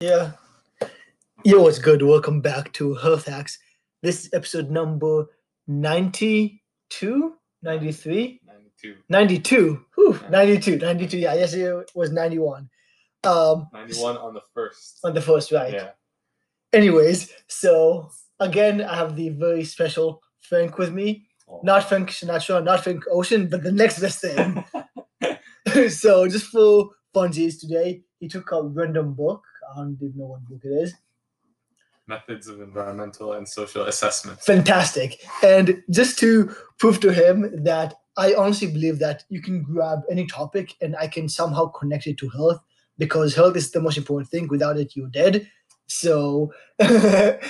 Yeah. Yo, what's good? Welcome back to Health Hacks. This is episode number 92, 93, 92, 92. Whew, Yeah. 92, 92. Yeah, yesterday was 91. Um, 91 on the first. on the first right. Yeah. Anyways, so again, I have the very special Frank with me. Oh. Not Frank Sinatra, not Frank Ocean, but the next best thing. so just for funsies today, he took a random book. I don't even know what book it is. Methods of environmental and social assessment. fantastic. And just to prove to him that I honestly believe that you can grab any topic and I can somehow connect it to health because health is the most important thing. Without it, you're dead. So, and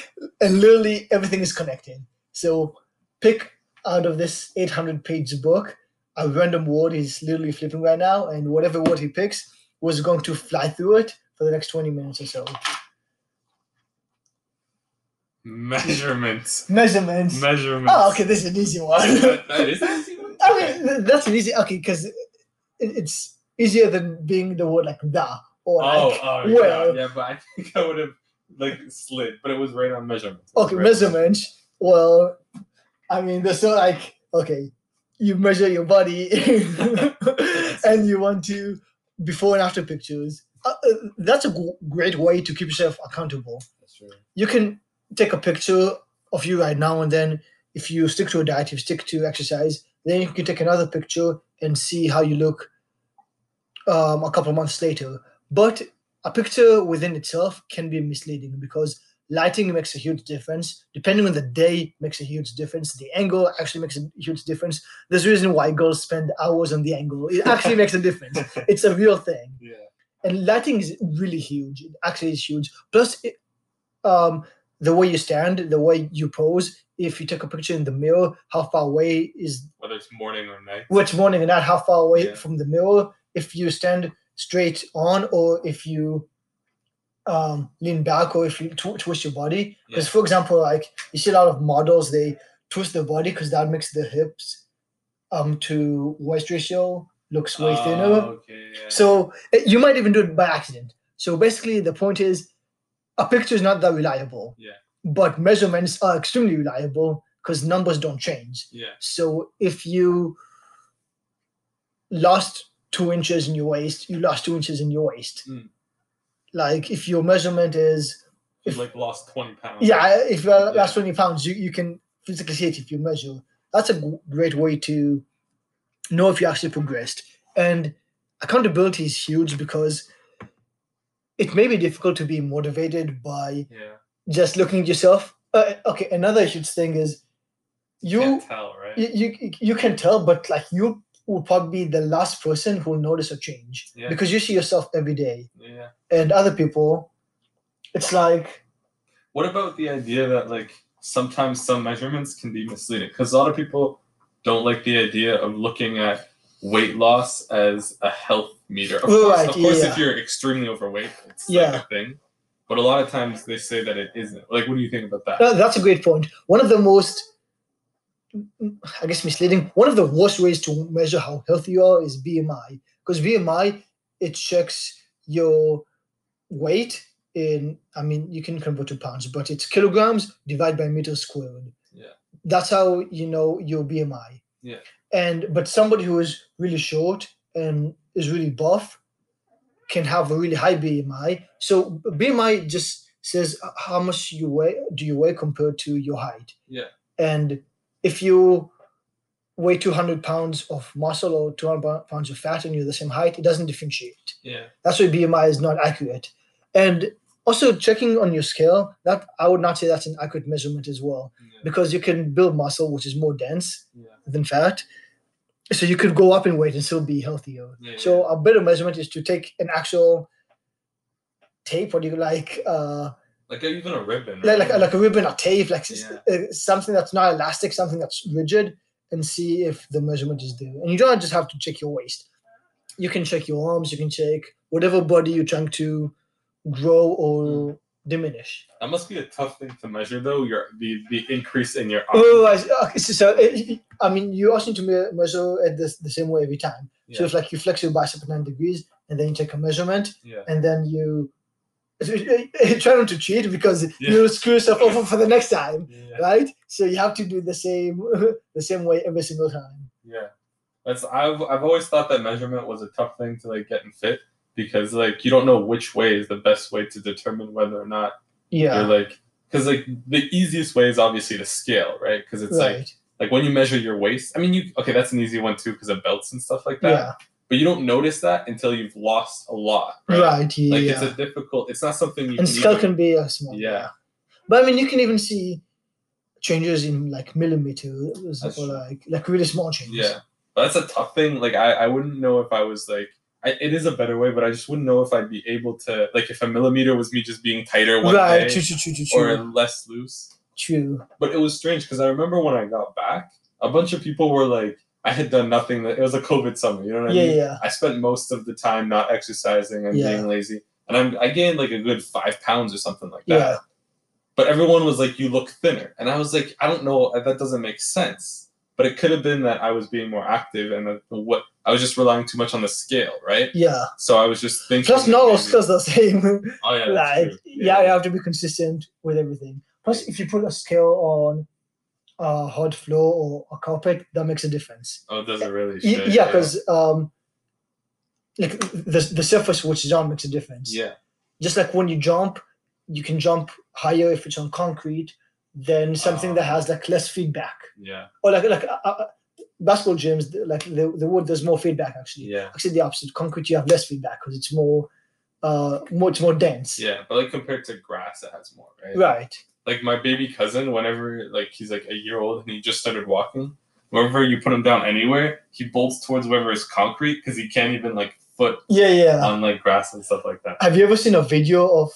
literally everything is connected. So, pick out of this 800 page book a random word he's literally flipping right now, and whatever word he picks was going to fly through it for the next 20 minutes or so. Measurements. Measurements. Measurements. oh, okay, this is an easy one. That- that is actually one? I Okay. mean, th- that's an easy okay because it, it's easier than being the word like the or Oh, like oh well. yeah, yeah, but I think I would have like slid, but it was right on measurements. okay Right. measurement. Well, I mean, there's so like okay, you measure your body and you want to before and after pictures. Uh, uh, that's a g- great way to keep yourself accountable. That's true. You can take a picture of you right now and then. If you stick to a diet, if you stick to exercise, then you can take another picture and see how you look um, a couple of months later. But a picture within itself can be misleading because lighting makes a huge difference. Depending on the day, makes a huge difference. The angle actually makes a huge difference. There's a reason why girls spend hours on the angle. It actually makes a difference. It's a real thing, yeah. and lighting is really huge. It actually is huge. Plus, it, um, the way you stand, the way you pose. If you take a picture in the mirror, how far away is Whether it's morning or night. which morning and not how far away Yeah. from the mirror if you stand straight on or if you um, lean back or if you tw- twist your body because Yeah. for example like you see a lot of models they twist their body because that makes the hips um to waist ratio looks way Oh, thinner okay, yeah. so eh, you might even do it by accident so basically the point is a picture is not that reliable Yeah. but measurements are extremely reliable because numbers don't change yeah. so if you lost two inches in your waist, you lost two inches in your waist. Mm. Like if your measurement is, You if- like lost 20 pounds. yeah, if you Yeah. lost 20 pounds, you, you can physically see it if you measure. That's a g- great way to know if you actually progressed. And accountability is huge because it may be difficult to be motivated by Yeah. just looking at yourself. Uh, okay, another huge thing is you Can't tell, right? you, you you can tell, but like you will probably be the last person who will notice a change Yeah. because you see yourself every day, yeah. and other people, it's like What about the idea that like sometimes some measurements can be misleading? Because a lot of people don't like the idea of looking at weight loss as a health meter. Of course, Right, of course yeah. if you're extremely overweight, it's like Yeah. a thing. But a lot of times they say that it isn't. Like, what do you think about that? that- that's a great point. One of the most, I guess, misleading. One of the worst ways to measure how healthy you are is BMI because BMI it checks your weight in. I mean, you can convert to pounds, but it's kilograms divided by meters squared. Yeah. That's how you know your BMI. Yeah. And but somebody who is really short and is really buff can have a really high BMI. So BMI just says how much you weigh do you weigh compared to your height. Yeah. And if you weigh 200 pounds of muscle or 200 pou- pounds of fat and you're the same height, it doesn't differentiate. Yeah. That's why BMI is not accurate. And also checking on your scale, that I would not say that's an accurate measurement as well Yeah. because you can build muscle which is more dense yeah. than fat. So you could go up in weight and still be healthier. Yeah, So a better measurement is to take an actual tape, what do you like, uh, Like even a ribbon. like like, right? like a ribbon, a tape, like s- Yeah. uh, something that's not elastic, something that's rigid, and see if the measurement is there. And you don't just have to check your waist. You can check your arms. You can check whatever body you're trying to grow or Hmm. diminish. that must be a tough thing to measure though. Your the, the increase in your arm. Oh, I, see. okay, so, so uh, I mean, you also need to me- measure it the, the same way every time. So Yeah. if like you flex your bicep at nine degrees, and then you take a measurement, yeah. and then you try not to cheat because Yeah. you'll screw yourself over for the next time, Yeah. right? So you have to do the same the same way every single time. Yeah, that's I've I've always thought that measurement was a tough thing to like get in fit because like you don't know which way is the best way to determine whether or not Yeah, you're like because like the easiest way is obviously to scale, right? Because it's like right. like when you measure your waist. I mean, you okay, that's an easy one too because of belts and stuff like that. yeah, But you don't notice that until you've lost a lot, right? right. Yeah, Like it's a difficult. It's not something you and can skull even- can be a small. Yeah. but I mean, you can even see changes in like millimeters That's or true. like like really small changes. Yeah, but that's a tough thing. Like I, I wouldn't know if I was like. I, it is a better way, but I just wouldn't know if I'd be able to like if a millimeter was me just being tighter one right. day True, true, true, true, or true. less loose. true. But it was strange because I remember when I got back, a bunch of people were like, I had done nothing. That, it was a COVID summer, you know what I Yeah, mean? yeah, I spent most of the time not exercising and Yeah. being lazy, and I'm, I gained like a good five pounds or something like that. yeah. But everyone was like, "You look thinner," and I was like, "I don't know. uh, That doesn't make sense." But it could have been that I was being more active and that the what I was just relying too much on the scale, right? yeah. So I was just thinking. Plus, that not all maybe- skills are the same. Oh yeah, that's like true. yeah. you have to be consistent with everything plus if you put a scale on a hard floor or a carpet that makes a difference Oh, it doesn't really. Y- shit, yeah because um like the, the surface which is on makes a difference yeah, just like when you jump you can jump higher if it's on concrete than something that Ah. has like less feedback yeah, or like like uh, uh, basketball gyms th- like the, the wood there's more feedback actually yeah, actually the opposite concrete you have less feedback because it's more uh more it's more dense yeah. But like compared to grass, it has more, right? right Like my baby cousin, whenever like he's like a year old and he just started walking, wherever you put him down anywhere, he bolts towards wherever is concrete because he can't even like foot yeah yeah on like grass and stuff like that. Have you ever seen a video of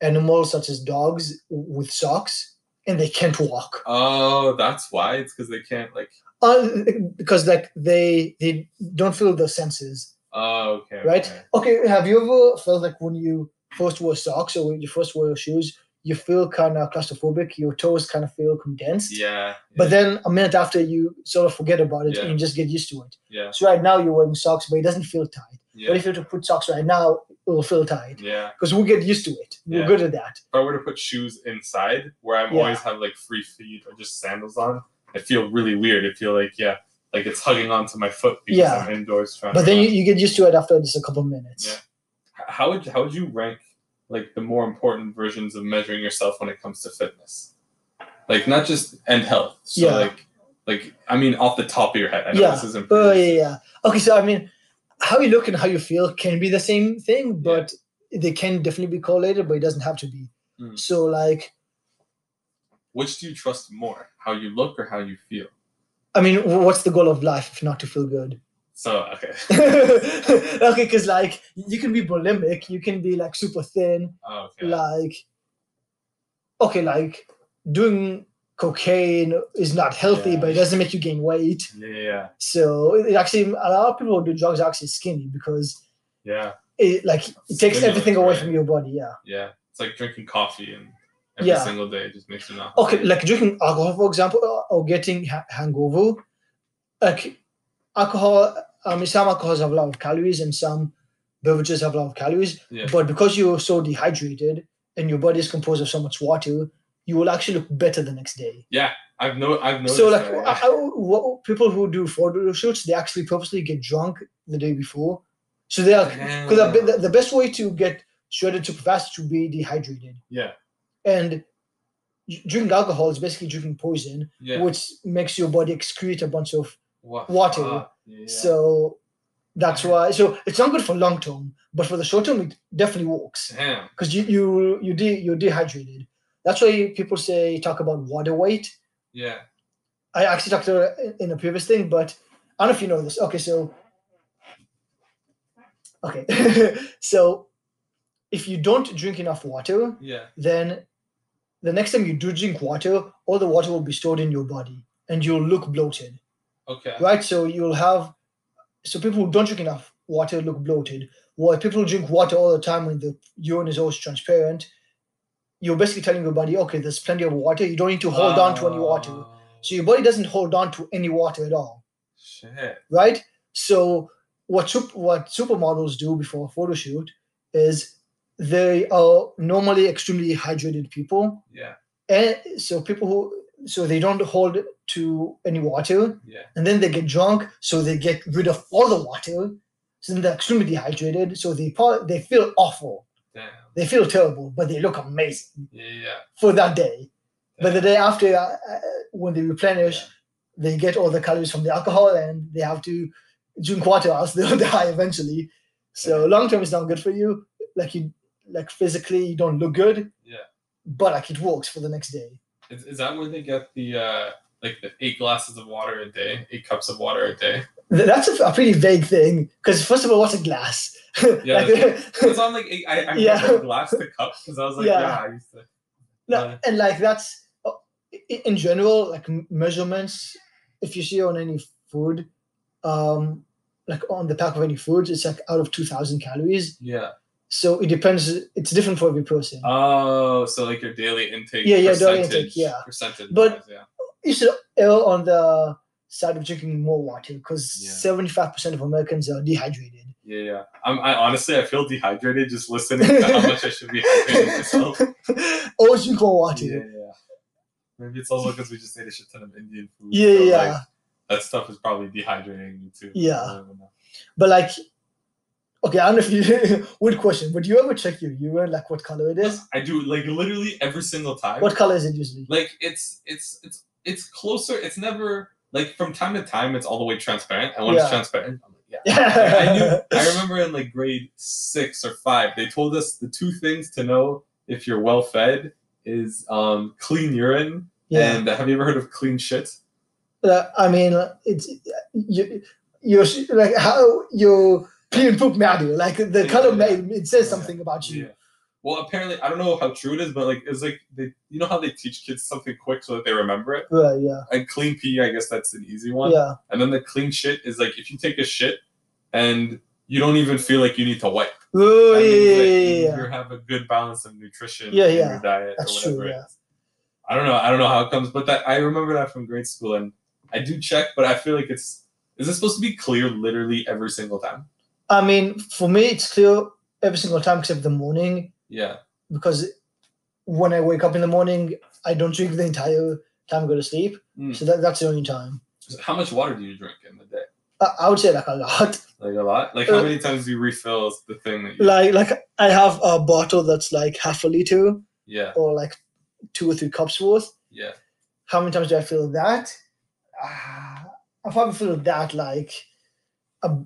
animals such as dogs w- with socks and they can't walk? Oh, that's why it's because they can't like. Uh, because like they they don't feel their senses. Oh, okay. Right? okay. Okay, have you ever felt like when you first wear socks or when you first wear shoes, you feel kind of claustrophobic, your toes kind of feel condensed. Yeah. But yeah, then a minute after you sort of forget about it Yeah. and you just get used to it. yeah, So right now you're wearing socks, but it doesn't feel tight. yeah, But if you were to put socks right now, it will feel tight yeah. because we get used to it. We're Yeah. good at that. If I were to put shoes inside, where I am Yeah. always have like free feet or just sandals on, I feel really weird. I feel like yeah, like it's hugging onto my foot because Yeah. I'm indoors trying. But to then you, run. you get used to it after just a couple of minutes. Uh, Yeah. H- how would how would you rank like the more important versions of measuring yourself when it comes to fitness? Like not just and health. So Yeah. like like I mean off the top of your head. I know Yeah. this isn't Oh yeah, yeah. Okay, so I mean, how you look and how you feel can be the same thing, but they can definitely be correlated, but it doesn't have to be. Mm. So like, Which do you trust more? How you look or how you feel? I mean, wh- what's the goal of life if not to feel good? So okay. okay, because like you can be bulimic, you can be like super thin, Oh, okay. like okay, like doing cocaine is not healthy, Yeah. but it doesn't make you gain weight. Yeah, yeah, So it it actually, a lot of people who do drugs are actually skinny because yeah, it like it takes Stimulants, everything away right? from your body. Yeah. yeah. It's like drinking coffee and every Yeah. single day it just makes you not. okay like drinking alcohol for example or- or getting ha- hangover like alcohol i mean some alcohols have a lot of calories and some beverages have a lot of calories Yeah. but because you're so dehydrated and your body is composed of so much water you will actually look better the next day I've no, I've noticed. so like that, yeah. I, I, what, people who do photo shoots they actually purposely get drunk the day before so they are because Damn. the, the best way to get shredded super fast is to be dehydrated yeah, and d- drinking alcohol is basically drinking poison yeah. which makes your body excrete a bunch of Wa- water, ah, yeah. so that's Yeah. why so it's not good for long term but for the short term it definitely works Damn. because you you you de- you're dehydrated that's why people say talk about water weight Yeah. i actually talked about it in a previous thing but i don't know if you know this okay so okay so if you don't drink enough water Yeah. then the next time you do drink water all the water will be stored in your body and you'll look bloated Okay. right? So you'll have so people who don't drink enough water look bloated. While people who drink water all the time when the urine is always transparent, you're basically telling your body, okay, there's plenty of water. You don't need to hold on to any water. Oh, So your body doesn't hold on to any water at all, Shit. right? So what sup- what supermodels do before a photo shoot is they are normally extremely hydrated people. Yeah. And so people who so they don't hold to any water Yeah. and then they get drunk so they get rid of all the water so then they're extremely dehydrated so they pro- they feel awful Damn. they feel terrible but they look amazing Yeah. Yeah. for that day but the Damn. day after uh, uh, when they replenish Yeah. they get all the calories from the alcohol and they have to drink water else they'll die eventually so long term is not good for you like you like physically you don't look good Yeah. but like it works for the next day Is, is that where they get the uh like the eight glasses of water a day, eight cups of water a day? Th- That's a, a pretty vague thing because first of all, what's a glass? Yeah, Like- It's on like eight, I I Yeah. remember glass to cup because I was like yeah. Yeah. I used to no, and like that's uh, i- in general like m- measurements. If you see on any food, um, like on the pack of any food, it's like out of two thousand calories. yeah. So it depends. It's different for every person. Oh, so like your daily intake. Yeah, yeah, daily percentage, intake, yeah. Percentage. But- wise, yeah. you should err on the side of drinking more water because Yeah. seventy-five percent of Americans are dehydrated. Yeah, yeah. I'm, I honestly, I feel dehydrated just listening to how much I should be hydrating myself. Always drink more water. Yeah, yeah. Maybe it's also because we just ate a shit ton of Indian food. Yeah, so, yeah. like, that stuff is probably dehydrating you too. Yeah. I don't know. But like, okay, I don't know if you. weird question. Would you ever check your urine, like what color it is? I do like literally every single time. What color is it usually? Like it's it's it's it's closer. It's never like from time to time. It's all the way transparent. And when it's Yeah. transparent, I'm like, yeah. Like, I Yeah. knew. I remember in like grade six or five, they told us the two things to know if you're well fed is um, clean urine yeah. and uh, have you ever heard of clean shit? Uh, I mean, it's you. You're like how your pee and poop matter. Like the Yeah, color, yeah. ma- it says Yeah. something about you. Yeah. Well, apparently, I don't know how true it is, but like it's like they, you know how they teach kids something quick so that they remember it. Yeah, Uh, yeah, And clean pee, I guess that's an easy one. yeah. And then the clean shit is like if you take a shit and you don't even feel like you need to wipe. Oh, That yeah, means yeah, that yeah, yeah. You have a good balance of nutrition Yeah, in yeah. your diet That's or true, whatever it yeah. is. I don't know. I don't know how it comes, but that I remember that from grade school, and I do check, but I feel like it's is this supposed to be clear literally every single time? I mean, for me, it's clear every single time except the morning Yeah. because when I wake up in the morning, I don't drink the entire time I go to sleep. Mm. So that, that's the only time. So How much water do you drink in the day? I, I would say like a lot. Like a lot. Like how Uh, many times do you refill the thing that you? Like like I have a bottle that's like half a liter yeah, or like two or three cups worth. yeah. How many times do I fill that? Ah, I probably fill that like a,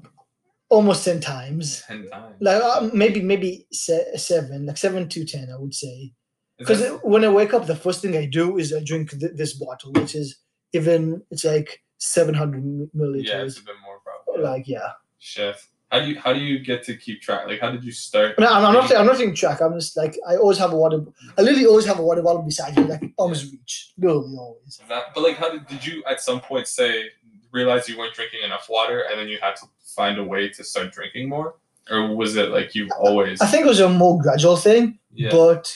almost ten times. Ten times. Like uh, maybe maybe se- seven, like seven to ten, I would say. Is Because that- when I wake up, the first thing I do is I drink th- this bottle, which is even it's like seven hundred yeah, it's milliliters. a bit more probably. Like yeah. Chef, how do you how do you get to keep track? Like how did you start? No, I'm, I'm not. I'm not taking track. I'm just like I always have a water. I literally always have a water bottle beside me, like almost reach. Literally always. Is that- but like how did did you at some point say realize you weren't drinking enough water and then you had to find a way to start drinking more, or was it like you always I think it was a more gradual thing, yeah but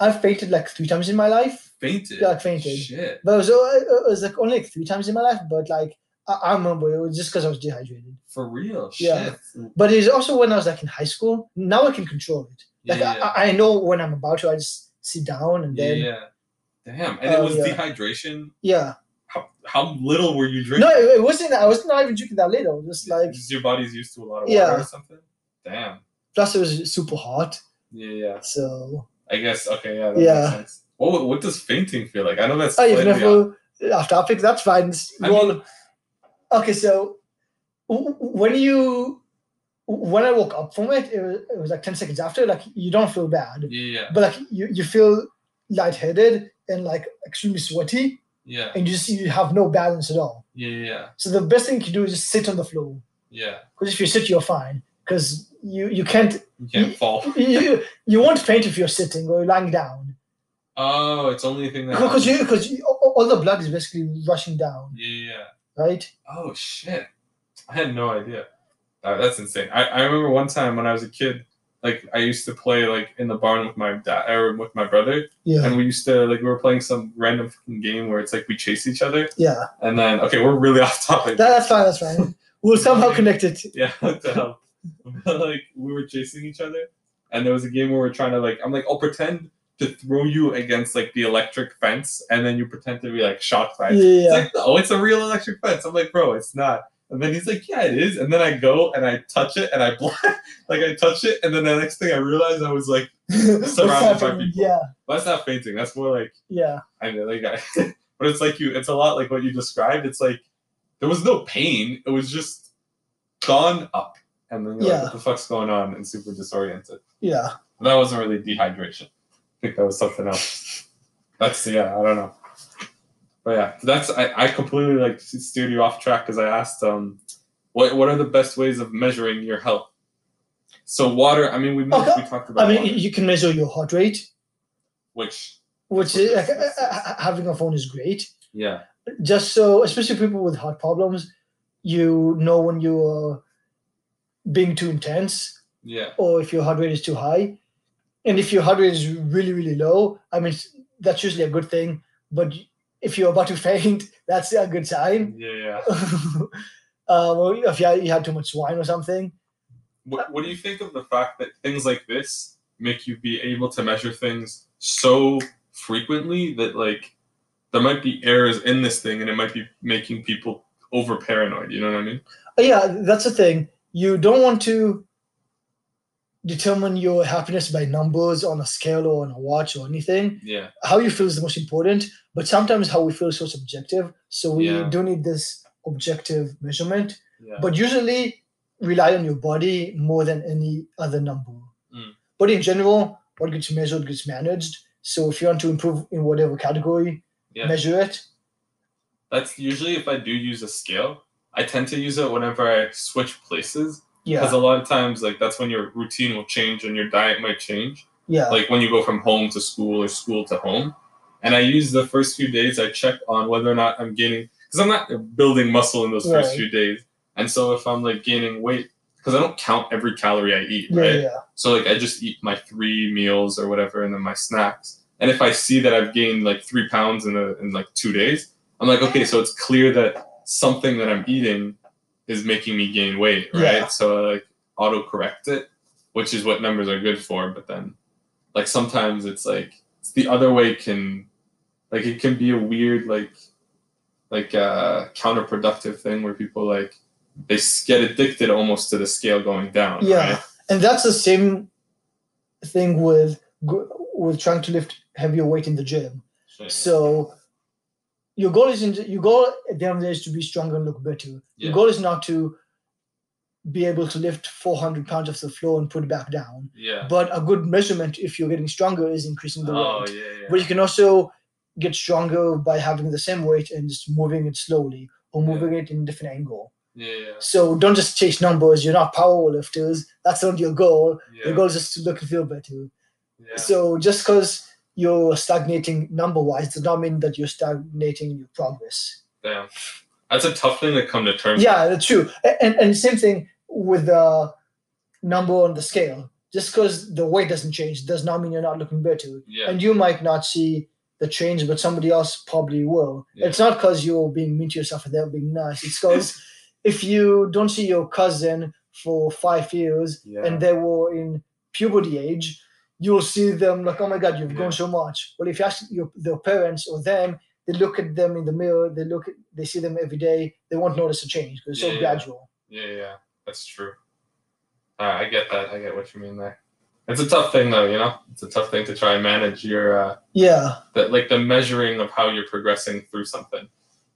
I've fainted like three times in my life. fainted? Yeah, I fainted. Shit, But it was, uh, it was like only like three times in my life. But like I, I remember it was just because I was dehydrated. for real. Yeah. Shit. But it's also when I was like in high school. Now I can control it. Like yeah, I I, I know when I'm about to. I just sit down and yeah, then yeah. Damn, and it Oh, was yeah. dehydration. yeah. How, how little were you drinking? No, it, it wasn't. I was not even drinking that little. Just like Just your body's used to a lot of water Yeah. or something. Damn. plus it was super hot. Yeah, yeah. So I guess. Okay, yeah. That Yeah. Makes sense. What what does fainting feel like? I know that's. Oh, you've slightly off- never off topic. That's fine. It's- I well, mean- okay, so w- w- when you when I woke up from it, it was, it was like ten seconds after. Like you don't feel bad, Yeah, yeah, but like you, you feel lightheaded and like extremely sweaty, yeah, and you just you have no balance at all. yeah, yeah, So the best thing you can do is just sit on the floor. yeah. Because if you sit, you're fine. Because you you can't You can't fall. you you won't faint if you're sitting or lying down. Oh, it's only a thing that. Because happens- you because you, all all the blood is basically rushing down, Yeah, yeah. right? Oh shit! I had no idea. Uh, that's insane. I, I remember one time when I was a kid, like I used to play like in the barn with my dad or with my brother, Yeah, and we used to like we were playing some random fucking game where it's like we chase each other, yeah. and then okay, we're really off topic. That, that's fine. That's fine. We'll somehow connect it. Yeah, what the hell? But, like we were chasing each other, and there was a game where we we're trying to like I'm like I'll pretend to throw you against like the electric fence and then you pretend to be like shocked by it. Yeah. It's like no, it's a real electric fence. I'm like bro, it's not. And then he's like, yeah, it is. And then I go and I touch it and I block, like I touch it. And then the next thing I realized, I was like, What's Surrounded by happening? people. Yeah, that's not fainting. That's more like yeah. I mean, like, I, but it's like you, it's a lot like what you described. It's like there was no pain. It was just gone up. And then you're Yeah. like, what the fuck's going on? And super disoriented. Yeah. But that wasn't really dehydration. I think that was something else. That's, yeah, I don't know. But yeah, that's, I, I completely like steered you off track because I asked, um, what, what are the best ways of measuring your health? So water, I mean, we, Okay. we talked about I mean, water, you can measure your heart rate, which, which is, like, uh, uh, having a phone is great. yeah, Just so, especially people with heart problems, you know when you are being too intense yeah, or if your heart rate is too high. And if your heart rate is really, really low, I mean, s- that's usually a good thing. But if you're about to faint, that's a good sign. yeah, yeah. um, or if you had, you had too much wine or something. What, what do you think of the fact that things like this make you be able to measure things so frequently that like there might be errors in this thing and it might be making people over paranoid you know what i mean Uh, Yeah, that's the thing. You don't want to determine your happiness by numbers on a scale or on a watch or anything. yeah How you feel is the most important, but sometimes how we feel is so subjective. So we Yeah. do need this objective measurement, yeah but usually rely on your body more than any other number. Mm. But in general, what gets measured gets managed. So if you want to improve in whatever category, Yeah. measure it. that's usually if i do use a scale i tend to use it whenever i switch places Yeah. because a lot of times like that's when your routine will change and your diet might change yeah. like when you go from home to school or school to home. And I use the first few days, I check on whether or not I'm gaining, because I'm not building muscle in those first Right. few days. And so if I'm like gaining weight, because I don't count every calorie I eat, yeah, right? yeah. So like I just eat my three meals or whatever, and then my snacks. And if I see that I've gained like three pounds in a, in like two days, I'm like, okay, so it's clear that something that I'm eating is making me gain weight, right? Yeah. So I like auto correct it, which is what numbers are good for. But then, like sometimes it's like it's the other way can, like it can be a weird like, like uh, counterproductive thing where people like they s- get addicted almost to the scale going down. Yeah. right? and that's the same thing with go- with trying to lift heavier weight in the gym. Shit. So your goal isn't your goal at the end of the day is to be stronger and look better. Yeah. Your goal is not to be able to lift 400 pounds off the floor and put it back down. Yeah. But a good measurement if you're getting stronger is increasing the Oh weight. yeah, yeah. But you can also get stronger by having the same weight and just moving it slowly or Yeah. moving it in a different angle. yeah, yeah, So don't just chase numbers. You're not power lifters. That's not your goal. yeah. Your goal is just to look and feel better. yeah. So just because you're stagnating number wise does not mean that you're stagnating in your progress. Damn. That's a tough thing to come to terms. Yeah, that's true. A- And and same thing with the number on the scale. Just because the weight doesn't change does not mean you're not looking better. with. Yeah. And you might not see the change, but somebody else probably will. Yeah. It's not because you're being mean to yourself and they're being nice. It's because if you don't see your cousin for five years Yeah. and they were in puberty age, you'll see them like, oh my God, you've Yeah. grown so much. Well, if you ask your, their parents or them, they look at them in the mirror, they look at, they see them every day, they won't notice a change because it's Yeah, so yeah. gradual. yeah, yeah. That's true. Uh, I get that. I get what you mean there. It's a tough thing though, you know. It's a tough thing to try and manage your uh, Yeah, that like the measuring of how you're progressing through something,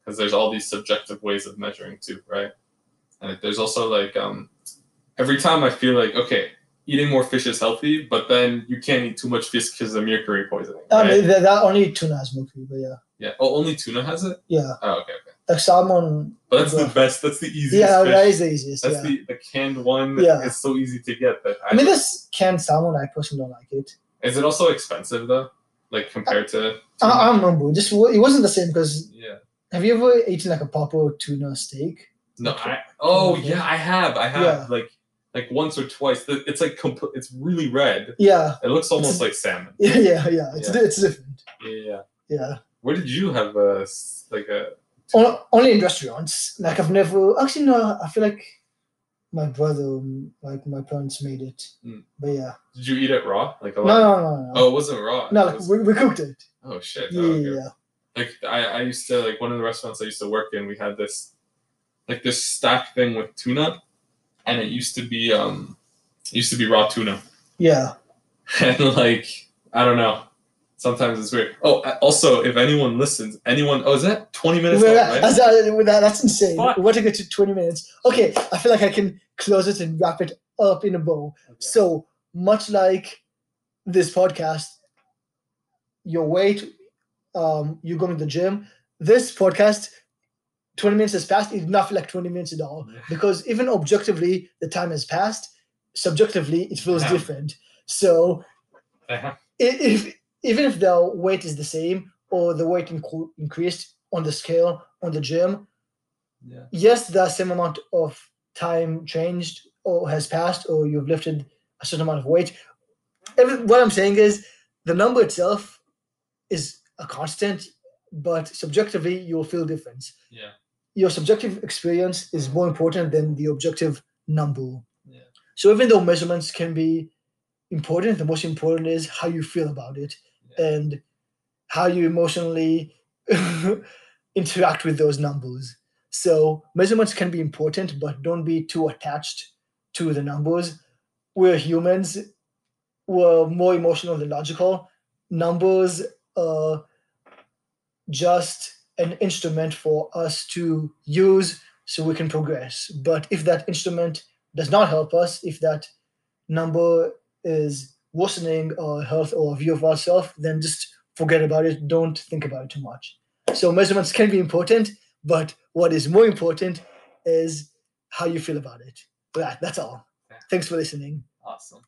because there's all these subjective ways of measuring too, right? And there's also like um, every time I feel like okay, eating more fish is healthy, but then you can't eat too much fish because of mercury poisoning. I right? mean, that, that only tuna has mercury, but yeah, Yeah. Oh, only tuna has it. yeah, Oh, okay, okay. like salmon. But that's the Yeah. best. That's the easiest. Yeah, fish. that is the easiest. That's yeah. the, the canned one. Yeah. It's so easy to get. That I, I mean, this canned salmon, I personally don't like it. is it also expensive though? Like compared to. I, I don't remember. Just wa- it wasn't the same because yeah. have you ever eaten like a proper tuna steak? No. I, oh yeah, I have. I have Yeah. like like once or twice. The- It's like compl- It's really red. Yeah, It looks almost like salmon. yeah, yeah, yeah. It's Yeah. it's different. Yeah. Yeah. Where did you have a s- like a? Oh, On- only in restaurants. Like I've never actually no. I feel like my brother, like my parents made it. Mm. But yeah, Did you eat it raw? Like a no, lot? no, no, no. Oh, it wasn't raw. no, It like was- we, we cooked it. oh shit. Yeah, Oh, okay. yeah, yeah. like I, I used to like one of the restaurants I used to work in. We had this like this stack thing with tuna, and it used to be um it used to be raw tuna, Yeah. and like I don't know. Sometimes it's weird. Oh, a- also, if anyone listens, anyone oh is that twenty minutes? Well, out, right? that's, that- that- that's insane. Fuck. We want to get to 20 minutes. Okay, I feel like I can close it and wrap it up in a bow. uh, So much like this podcast, your weight, um, you going to the gym. This podcast, 20 minutes has passed. It did not feel like 20 minutes at all Yeah. because even objectively, the time has passed. Subjectively, it feels Yeah. different. So Yeah. i- if even if the weight is the same or the weight incre- increased on the scale on the gym, Yeah. yes, the same amount of time changed or has passed, or you've lifted a certain amount of weight. Every, what I'm saying is the number itself is a constant, but subjectively you'll feel difference. Yeah. Your subjective experience is more important than the objective number. Yeah. So even though measurements can be important, the most important is how you feel about it Yeah. and how you emotionally interact with those numbers. So measurements can be important, but don't be too attached to the numbers. We're humans. We're more emotional than logical. Numbers are just an instrument for us to use so we can progress. But if that instrument does not help us, if that number is worsening our health or view of ourselves, then just forget about it. Don't think about it too much. So measurements can be important, but what is more important is how you feel about it. But that's all. Thanks for listening. Awesome.